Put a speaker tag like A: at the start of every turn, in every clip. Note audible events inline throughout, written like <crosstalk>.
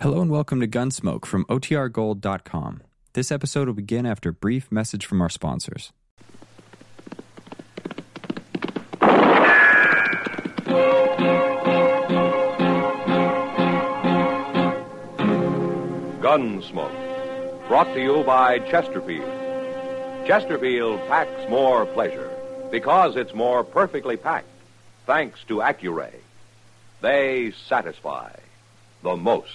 A: Hello and welcome to Gunsmoke from OTRGold.com. This episode will begin after a brief message from our sponsors.
B: Gunsmoke. Brought to you by Chesterfield. Chesterfield packs more pleasure because it's more perfectly packed thanks to Accuray. They satisfy the most.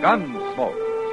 B: Gunsmoke,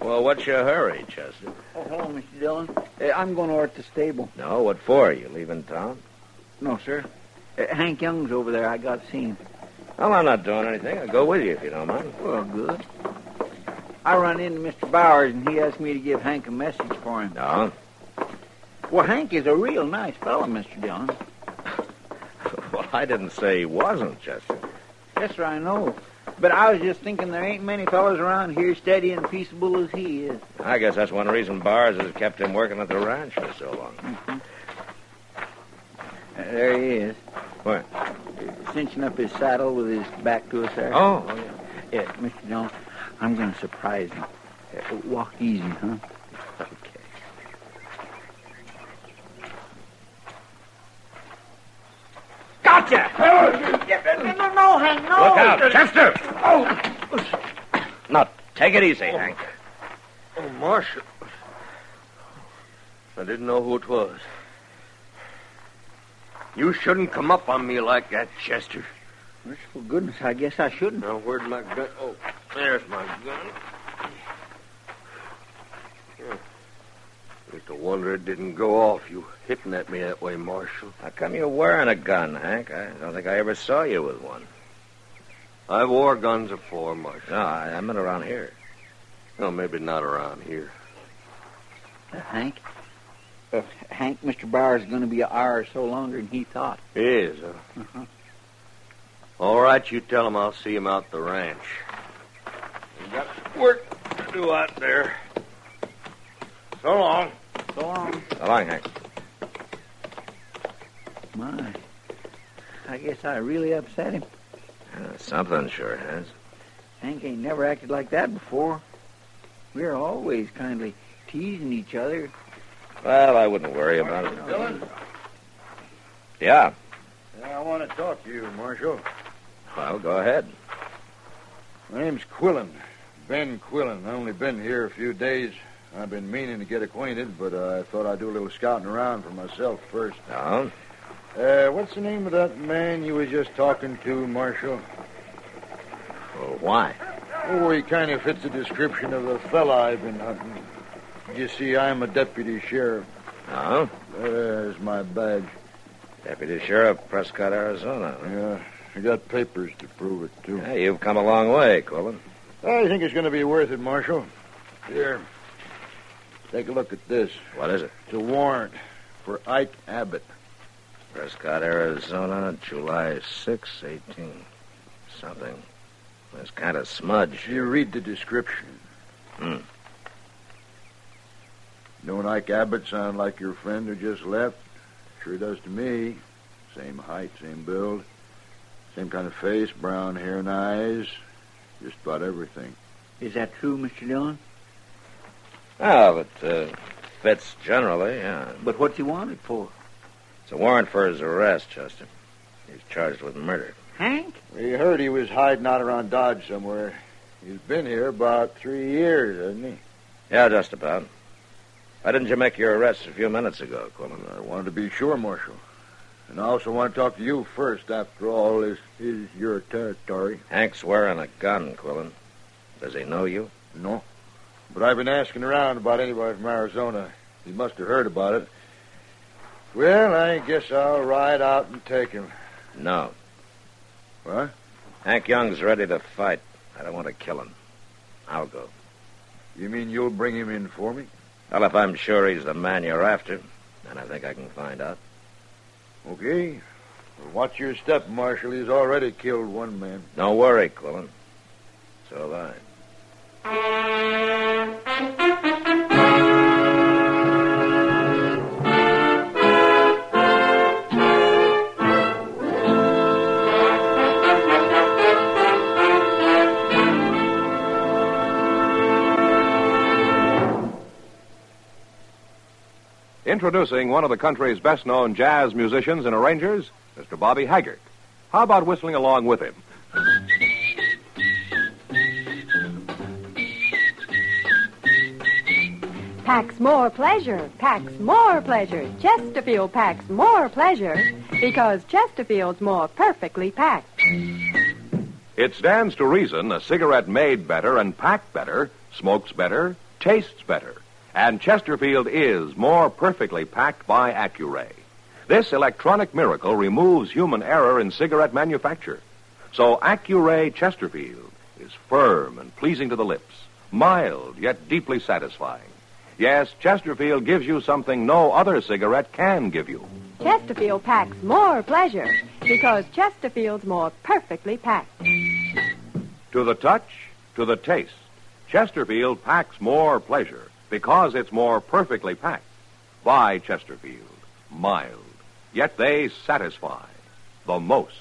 C: Well, what's your hurry, Chester?
D: Oh, hello, Mr. Dillon. Uh, I'm going over at the stable.
C: No, what for? You leaving town?
D: No, sir. Uh, Hank Young's over there. I got to see him.
C: Well, I'm not doing anything. I'll go with you if you don't mind.
D: Well, good. I run into Mr. Bowers, and he asked me to give Hank a message for him.
C: No? <laughs>
D: Well, Hank is a real nice fellow, Mr. Dillon.
C: well, I didn't say he wasn't, Chester.
D: Yes, sir, I know. But I was just thinking there ain't many fellows around here steady and peaceable as he is.
C: I guess that's one reason Bars has kept him working at the ranch for so long.
D: Uh, there he is.
C: Where?
D: Uh, cinching up his saddle with his back to us there.
C: Oh,
D: Yeah, Mr. Dillon, I'm going to surprise him. Uh, walk easy, huh?
C: okay.
D: Gotcha! No, no, no, Hank, no!
C: Look out, Chester! Oh! Now, take it easy, Hank.
E: Oh, Marshal. I didn't know who it was. You shouldn't come up on me like that, Chester.
D: Merciful goodness, I guess I shouldn't.
E: Now, where'd my gun? Oh, there's my gun. Yeah. Just a wonder it didn't go off. You hitting at me that way, Marshal.
C: How come you're wearing a gun, Hank? I don't think I ever saw you with one.
E: I wore guns before, Marshal.
C: No, I haven't around here.
E: No, maybe not around here.
D: Uh, Hank? Uh, Hank, Mr. Bauer's going to be an hour or so longer than he thought.
E: It is, huh?
C: <laughs>
E: All right, you tell him I'll see him out the ranch. You got work to do out there. So long.
D: So long.
C: So long, Hank.
D: My. I guess I really upset him.
C: Yeah, uh, something sure has.
D: Hank ain't never acted like that before. We're always kindly teasing each other.
C: Well, I wouldn't worry about it. Yeah.
F: I want to talk to you, Marshal.
C: Well, go ahead.
F: My name's Quillen. Ben Quillen. I only been here a few days. I've been meaning to get acquainted, but I thought I'd do a little scouting around for myself first.
C: No?
F: Uh, what's the name of that man you was just talking to, Marshal?
C: Well, why?
F: Oh, he kind of fits the description of the fella I've been hunting. You see, I'm a deputy sheriff.
C: No?
F: There's my badge.
C: Uh-huh. Deputy Sheriff Prescott, Arizona.
F: Yeah, I got papers to prove it, too.
C: Hey, you've come a long way, Quillen.
F: I think it's going to be worth it, Marshal. Here, take a look at this.
C: What is it?
F: It's a warrant for Ike Abbott.
C: Prescott, Arizona, July 6, 18. Something. It's kind of smudge.
F: You read the description.
C: Hmm.
F: Don't like Abbott sound like your friend who just left? Sure does to me. Same height, same build, same kind of face, brown hair and eyes, just about everything.
D: Is that true, Mr. Dillon?
C: Ah, but uh, fits generally, yeah.
D: But what's he wanted for?
C: It's a warrant for his arrest, Chester. He's charged with murder.
D: Hank?
F: We heard he was hiding out around Dodge somewhere. He's been here about three years, hasn't he?
C: Yeah, just about. Why didn't you make your arrest a few minutes ago, Quillen?
F: I wanted to be sure, Marshal. And I also want to talk to you first. After all, this is your territory.
C: Hank's wearing a gun, Quillen. Does he know you?
F: No. But I've been asking around about anybody from Arizona. He must have heard about it. Well, I guess I'll ride out and take him.
C: No.
F: What?
C: Hank Young's ready to fight. I don't want to kill him. I'll go.
F: You mean you'll bring him in for me?
C: Well, if I'm sure he's the man you're after, and I think I can find out.
F: Okay. Well, watch your step, Marshal. He's already killed one man.
C: No worry, Quillen. So have I.
B: Introducing one of the country's best known jazz musicians and arrangers, Mr. Bobby Haggart. How about whistling along with him?
G: Packs more pleasure, packs more pleasure. Chesterfield packs more pleasure because Chesterfield's more perfectly packed.
B: It stands to reason a cigarette made better and packed better smokes better, tastes better. And Chesterfield is more perfectly packed by Accuray. This electronic miracle removes human error in cigarette manufacture. So Accuray Chesterfield is firm and pleasing to the lips, mild yet deeply satisfying. Yes, Chesterfield gives you something no other cigarette can give you.
G: Chesterfield packs more pleasure because Chesterfield's more perfectly packed.
B: To the touch, to the taste, Chesterfield packs more pleasure because it's more perfectly packed. By Chesterfield, mild, yet they satisfy the most.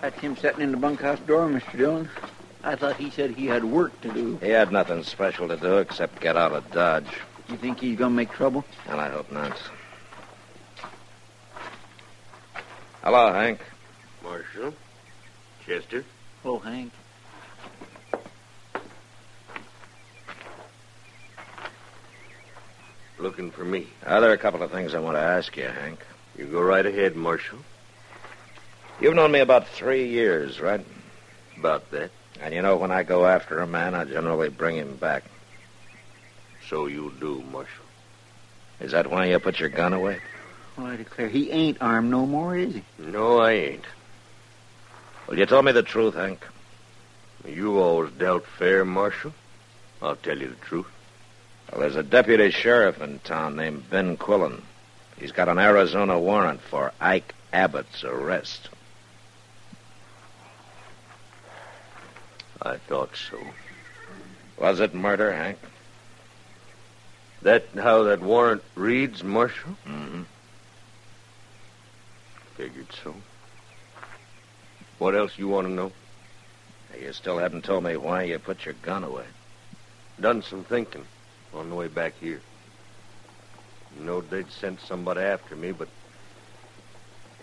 D: That's him sitting in the bunkhouse door, Mr. Dillon. I thought he said he had work to do.
C: He had nothing special to do except get out of Dodge,
D: You think he's gonna make trouble?
C: and I hope not. Hello, Hank.
E: Marshal? Chester?
D: Oh, Hank.
E: Looking for me.
C: Uh, there are a couple of things I want to ask you, Hank.
E: You go right ahead, Marshal.
C: You've known me about three years, right?
E: About that.
C: And you know, when I go after a man, I generally bring him back.
E: So you do, Marshal.
C: Is that why you put your gun away?
D: Well, Oh, I declare, he ain't armed no more, is he?
E: No, I ain't.
C: Will you tell me the truth, Hank?
E: You always dealt fair, Marshal. I'll tell you the truth.
C: Well, there's a deputy sheriff in town named Ben Quillen. He's got an Arizona warrant for Ike Abbott's arrest.
E: I thought so.
C: Was it murder, Hank?
E: That how that warrant reads, Marshal?
C: Mm-hmm.
E: Figured so. What else you want to know?
C: You still haven't told me why you put your gun away.
E: Done some thinking on the way back here. Knowed they'd sent somebody after me, but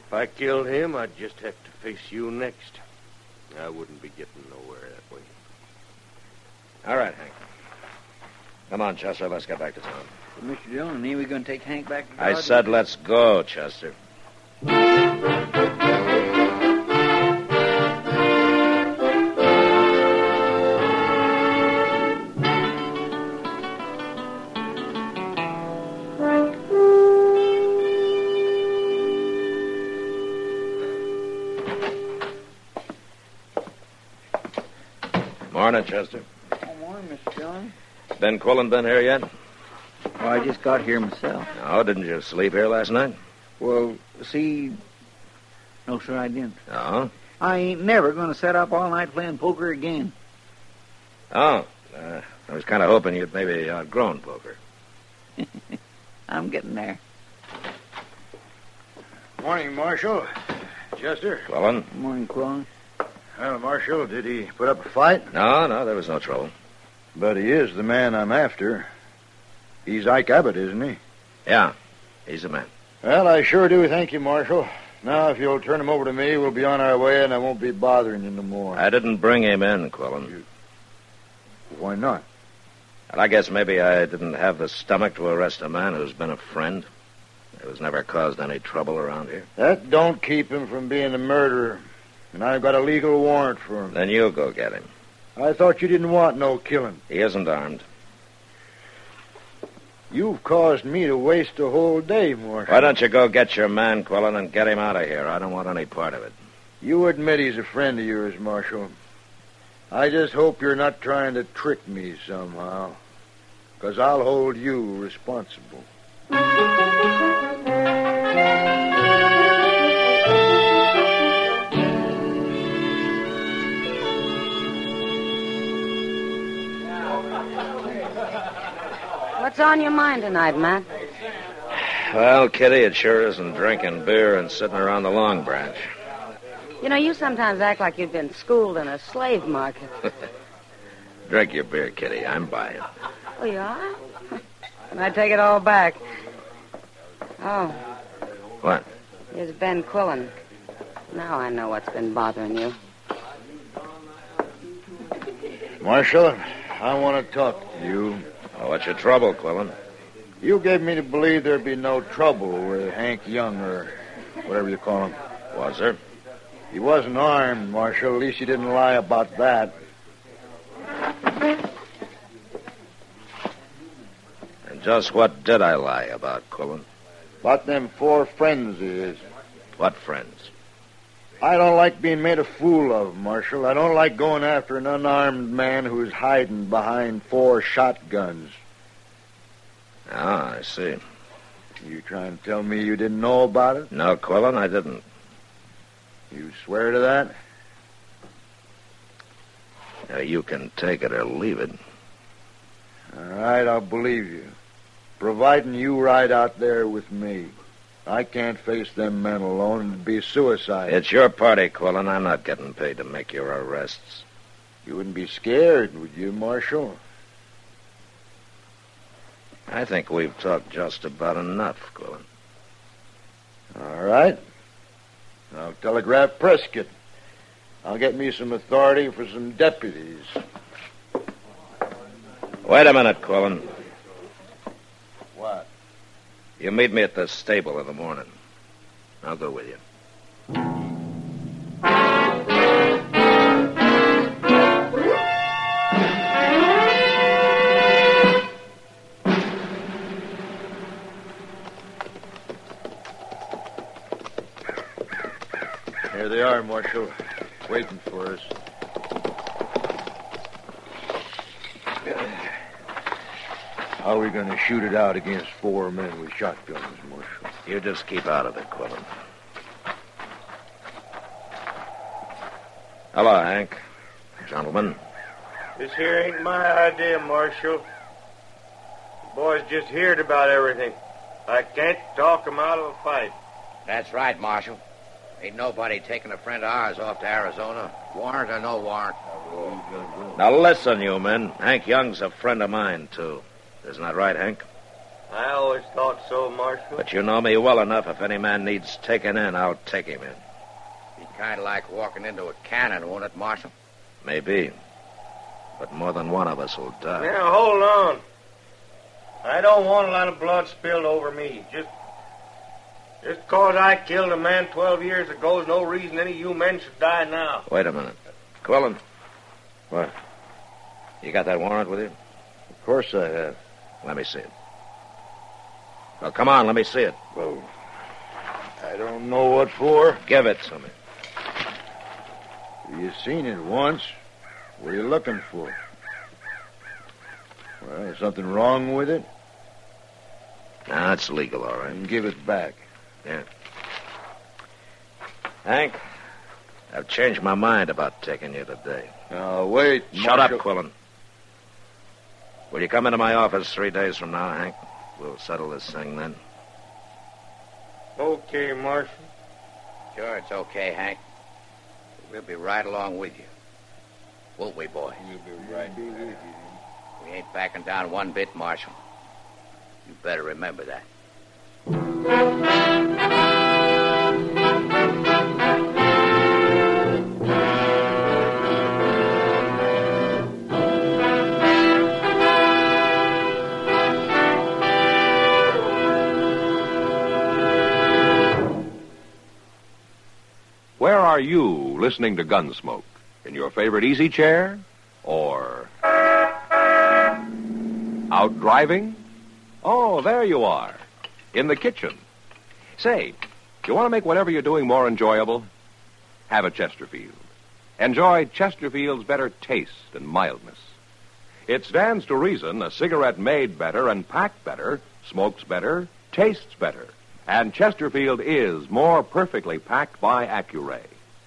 E: if I killed him, I'd just have to face you next. I wouldn't be getting nowhere that way.
C: All right, Hank. Come on, Chester, let's get back to town.
D: But Mr. Dillon, ain't we gonna take Hank back to
C: I
D: Dodge?
C: said let's go, Chester. Morning, Chester.
D: Good morning, Mr. Dillon.
C: Ben Quillen been here yet?
D: Oh, I just got here myself.
C: No, didn't you sleep here last night?
D: Well, see. No, sir, I didn't.
C: No.
D: I ain't never going to set up all night playing poker again.
C: Oh, uh, I was kind of hoping you'd maybe outgrown poker.
D: I'm getting there.
F: Morning, Marshal. Chester.
C: Quillen?
D: Good morning, Quillen.
F: Well, Marshal, did he put up a fight?
C: No, no, there was no trouble.
F: But he is the man I'm after. He's Ike Abbott, isn't he?
C: Yeah, he's the man.
F: Well, I sure do thank you, Marshal. Now, if you'll turn him over to me, we'll be on our way, and I won't be bothering you no more.
C: I didn't bring him in, Quillen.
F: Why not?
C: And I guess maybe I didn't have the stomach to arrest a man who's been a friend. It was never caused any trouble around here.
F: That don't keep him from being a murderer. And I've got a legal warrant for him.
C: Then you go get him.
F: I thought you didn't want no killing.
C: He isn't armed.
F: You've caused me to waste a whole day, Marshal.
C: Why don't you go get your man, Quillen, and get him out of here? I don't want any part of it.
F: You admit he's a friend of yours, Marshal. I just hope you're not trying to trick me somehow. Because I'll hold you responsible.
H: What's on your mind tonight, Matt?
C: Well, Kitty, it sure isn't drinking beer and sitting around the Long Branch.
H: You know, you sometimes act like you've been schooled in a slave market.
C: Drink your beer, Kitty. I'm buying.
H: Oh, you are? <laughs> and I take it all back. Oh.
C: What?
H: Here's Ben Quillen. Now I know what's been bothering you.
F: Marshal, I want to talk to you.
C: Oh, what's your trouble, Quillen?
F: You gave me to believe there'd be no trouble with Hank Young or whatever you call him.
C: Was there?
F: He wasn't armed, Marshal. At least he didn't lie about that.
C: And just what did I lie about, Quillen?
F: About them four friends of his.
C: What friends?
F: I don't like being made a fool of, Marshal. I don't like going after an unarmed man who's hiding behind four shotguns.
C: Ah, I see.
F: You trying to tell me you didn't know about it?
C: No, Quillen, I didn't.
F: You swear to that?
C: Now, Uh, you can take it or leave it.
F: All right, I'll believe you. Providing you ride out there with me. I can't face them men alone. It'd be suicide.
C: It's your party, Quillen. I'm not getting paid to make your arrests.
F: You wouldn't be scared, would you, Marshal?
C: I think we've talked just about enough, Quillen.
F: All right. I'll telegraph Prescott. I'll get me some authority for some deputies.
C: Wait a minute, Quillen.
F: What?
C: You meet me at the stable in the morning. I'll go with you.
F: Here they are, Marshal, waiting for us. How are we going to shoot it out against four men with shotguns, Marshal?
C: You just keep out of it, Quillen. Hello, Hank. Gentlemen.
B: This here ain't my idea, Marshal. The boys just heard about everything. I can't talk 'em out of a fight.
I: That's right, Marshal. Ain't nobody taking a friend of ours off to Arizona, warrant or no warrant.
C: Now listen, you men. Hank Young's a friend of mine, too. Isn't that right, Hank?
B: I always thought so, Marshal.
C: But you know me well enough. If any man needs taking in, I'll take him in.
I: Be kind of like walking into a cannon, won't it, Marshal?
C: Maybe. But more than one of us will die.
B: Now, hold on. I don't want a lot of blood spilled over me. Just, just cause I killed a man 12 years ago is no reason any of you men should die now.
C: Wait a minute. Quillen. What? You got that warrant with you?
F: Of course I have.
C: Let me see it. Well, come on, let me see it.
F: Well, I don't know what for.
C: Give it to me.
F: You've seen it once. What are you looking for? Well, is something wrong with it?
C: Now, it's legal, all right.
F: And give it back.
C: Yeah. Hank, I've changed my mind about taking you today.
F: Now, Uh, wait.
C: Shut
F: Marshal.
C: up, Quillen. Will you come into my office three days from now, Hank? We'll settle this thing then.
J: Okay, Marshal.
K: Sure, it's okay, Hank. We'll be right along with you. Won't we, boy?
J: You'll be right back.
K: We ain't backing down one bit, Marshal. You better remember that.
B: Where are you listening to Gunsmoke? In your favorite easy chair? Or. Out driving? Oh, there you are. In the kitchen. Say, you want to make whatever you're doing more enjoyable? Have a Chesterfield. Enjoy Chesterfield's better taste and mildness. It stands to reason a cigarette made better and packed better smokes better, tastes better. And Chesterfield is more perfectly packed by Accuray.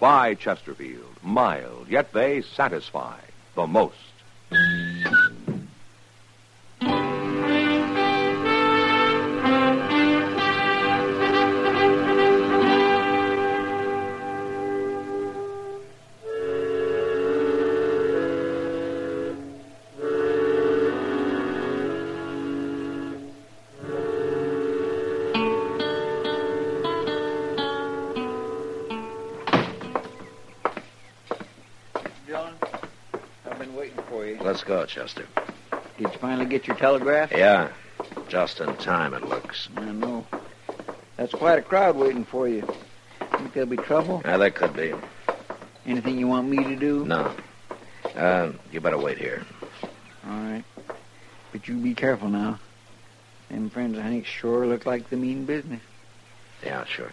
B: By Chesterfield, mild, yet they satisfy the most.
D: John, I've been waiting for you.
C: Let's go, Chester.
D: Did you finally get your telegraph?
C: Yeah. Just in time, it looks.
D: I know. That's quite a crowd waiting for you. Think there'll be trouble?
C: Yeah, that could be.
D: Anything you want me to do?
C: No. Uh, you better wait here.
D: All right. But you be careful now. Them friends of Hank sure look like the mean business.
C: Yeah, sure.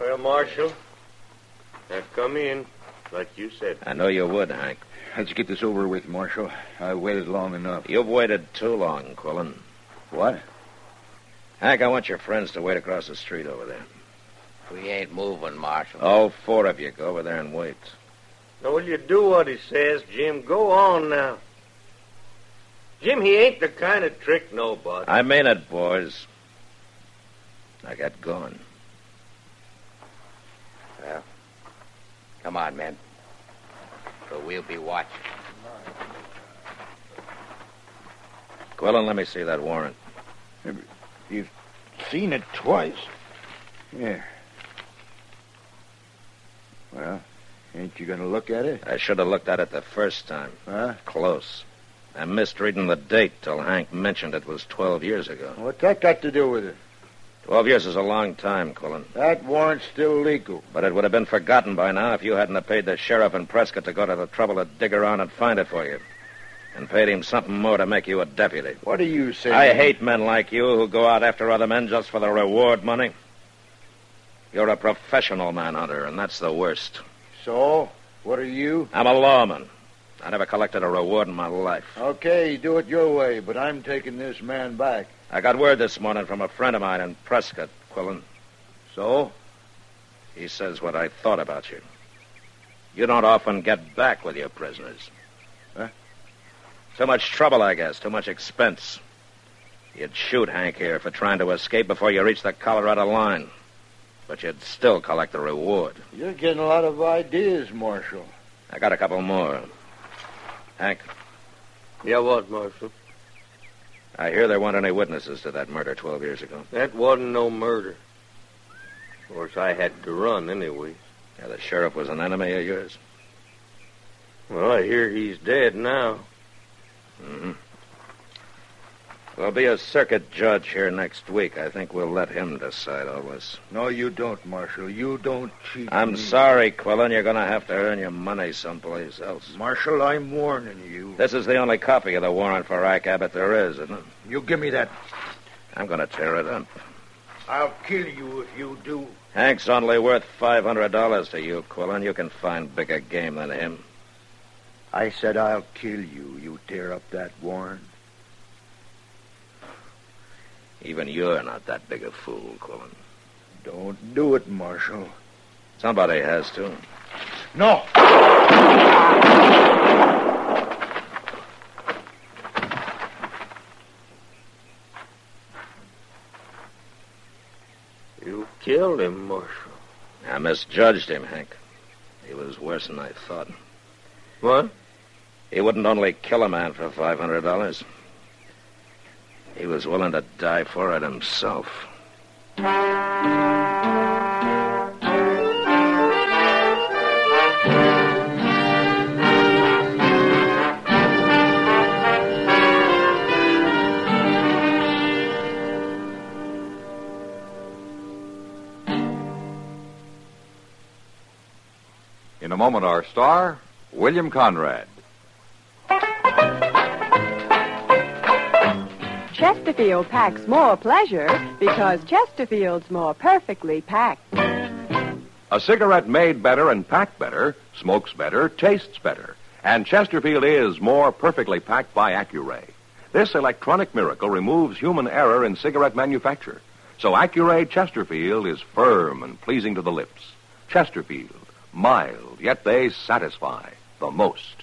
E: Well, Marshal, now come in, like you said.
C: I know you would, Hank.
F: Let's get this over with, Marshal. I waited long enough.
C: You've waited too long, Quillen.
F: What?
C: Hank, I want your friends to wait across the street over there.
K: We ain't moving, Marshal.
C: All four of you go over there and wait.
J: Now, will you do what he says, Jim? Go on now. Jim, he ain't the kind of trick nobody.
C: I mean it, boys. I got going.
K: Come on, men. For we'll be watching.
C: Quillen, let me see that warrant.
F: Seen it twice. Yeah. Well, ain't you gonna look at it?
C: I should have looked at it the first time.
F: Huh?
C: Close. I missed reading the date till Hank mentioned it was 12 years ago.
F: What's that got to do with it?
C: 12 years is a long time, Quillen.
F: That warrant's still legal.
C: But it would have been forgotten by now if you hadn't have paid the sheriff and Prescott to go to the trouble to dig around and find it for you. And paid him something more to make you a deputy.
F: What do you say?
C: I hate men like you who go out after other men just for the reward money. You're a professional manhunter, and that's the worst.
F: So, what are you?
C: I'm a lawman. I never collected a reward in my life.
F: Okay, do it your way, but I'm taking this man back.
C: I got word this morning from a friend of mine in Prescott, Quillen.
F: So?
C: He says what I thought about you. You don't often get back with your prisoners.
F: Huh?
C: Too much trouble, I guess. Too much expense. You'd shoot Hank here for trying to escape before you reach the Colorado line. But you'd still collect the reward.
F: You're getting a lot of ideas, Marshal.
C: I got a couple more. Hank,
E: Yeah, what, Marshal?
C: I hear there weren't any witnesses to that murder 12 years ago.
E: That wasn't no murder.
L: Of course, I had to run anyway.
C: Yeah, the sheriff was an enemy of yours.
L: Well, I hear he's dead now.
C: Mm-hmm. There'll be a circuit judge here next week. I think we'll let him decide all this.
F: No, you don't, Marshal. You don't cheat.
C: I'm
F: me.
C: sorry, Quillen. You're going to have to earn your money someplace else.
F: Marshal, I'm warning you.
C: This is the only copy of the warrant for Ike Abbott there is, isn't it?
F: You give me that.
C: I'm going to tear it up.
F: I'll kill you if you do.
C: Hank's only worth $500 to you, Quillen. You can find bigger game than him.
F: I said I'll kill you. You tear up that warrant.
C: Even you're not that big a fool, Quillen.
F: Don't do it, Marshal.
C: Somebody has to.
F: No!
L: You killed him, Marshal.
C: I misjudged him, Hank. He was worse than I thought.
L: What?
C: He wouldn't only kill a man for $500. He was willing to die for it himself.
B: In a moment, our star, William Conrad.
G: Chesterfield packs more pleasure because Chesterfield's more perfectly packed.
B: A cigarette made better and packed better smokes better, tastes better. And Chesterfield is more perfectly packed by Accuray. This electronic miracle removes human error in cigarette manufacture. So Accuray Chesterfield is firm and pleasing to the lips. Chesterfield, mild, yet they satisfy the most.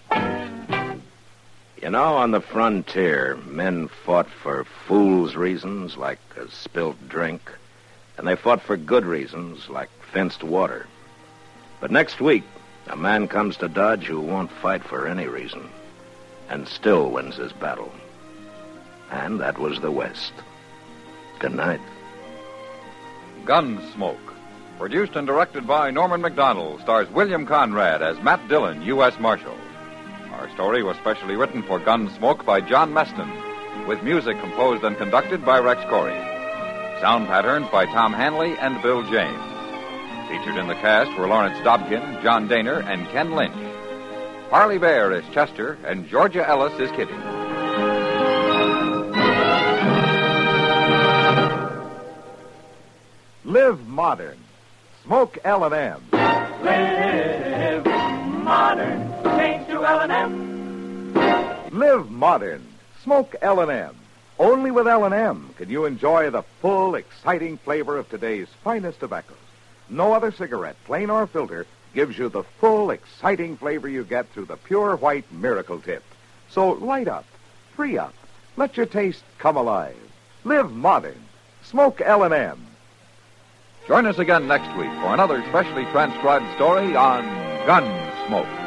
C: You know, on the frontier, men fought for fools' reasons, like a spilled drink, and they fought for good reasons, like fenced water. But next week, a man comes to Dodge who won't fight for any reason, and still wins his battle. And that was the West. Good night.
B: Gunsmoke. Produced and directed by Norman McDonald, stars William Conrad as Matt Dillon, U.S. Marshal. Our story was specially written for Gunsmoke by John Meston, with music composed and conducted by Rex Corey. Sound patterns by Tom Hanley and Bill James. Featured in the cast were Lawrence Dobkin, John Daner, and Ken Lynch. Harley Bear is Chester, and Georgia Ellis is Kitty.
M: Live modern. Smoke L&M.
N: Live modern. Change to L&M.
M: Live modern. Smoke L&M. Only with L&M can you enjoy the full, exciting flavor of today's finest tobaccos. No other cigarette, plain or filter, gives you the full, exciting flavor you get through the pure white miracle tip. So light up, free up, let your taste come alive. Live modern. Smoke L&M.
B: Join us again next week for another specially transcribed story on Gunsmoke.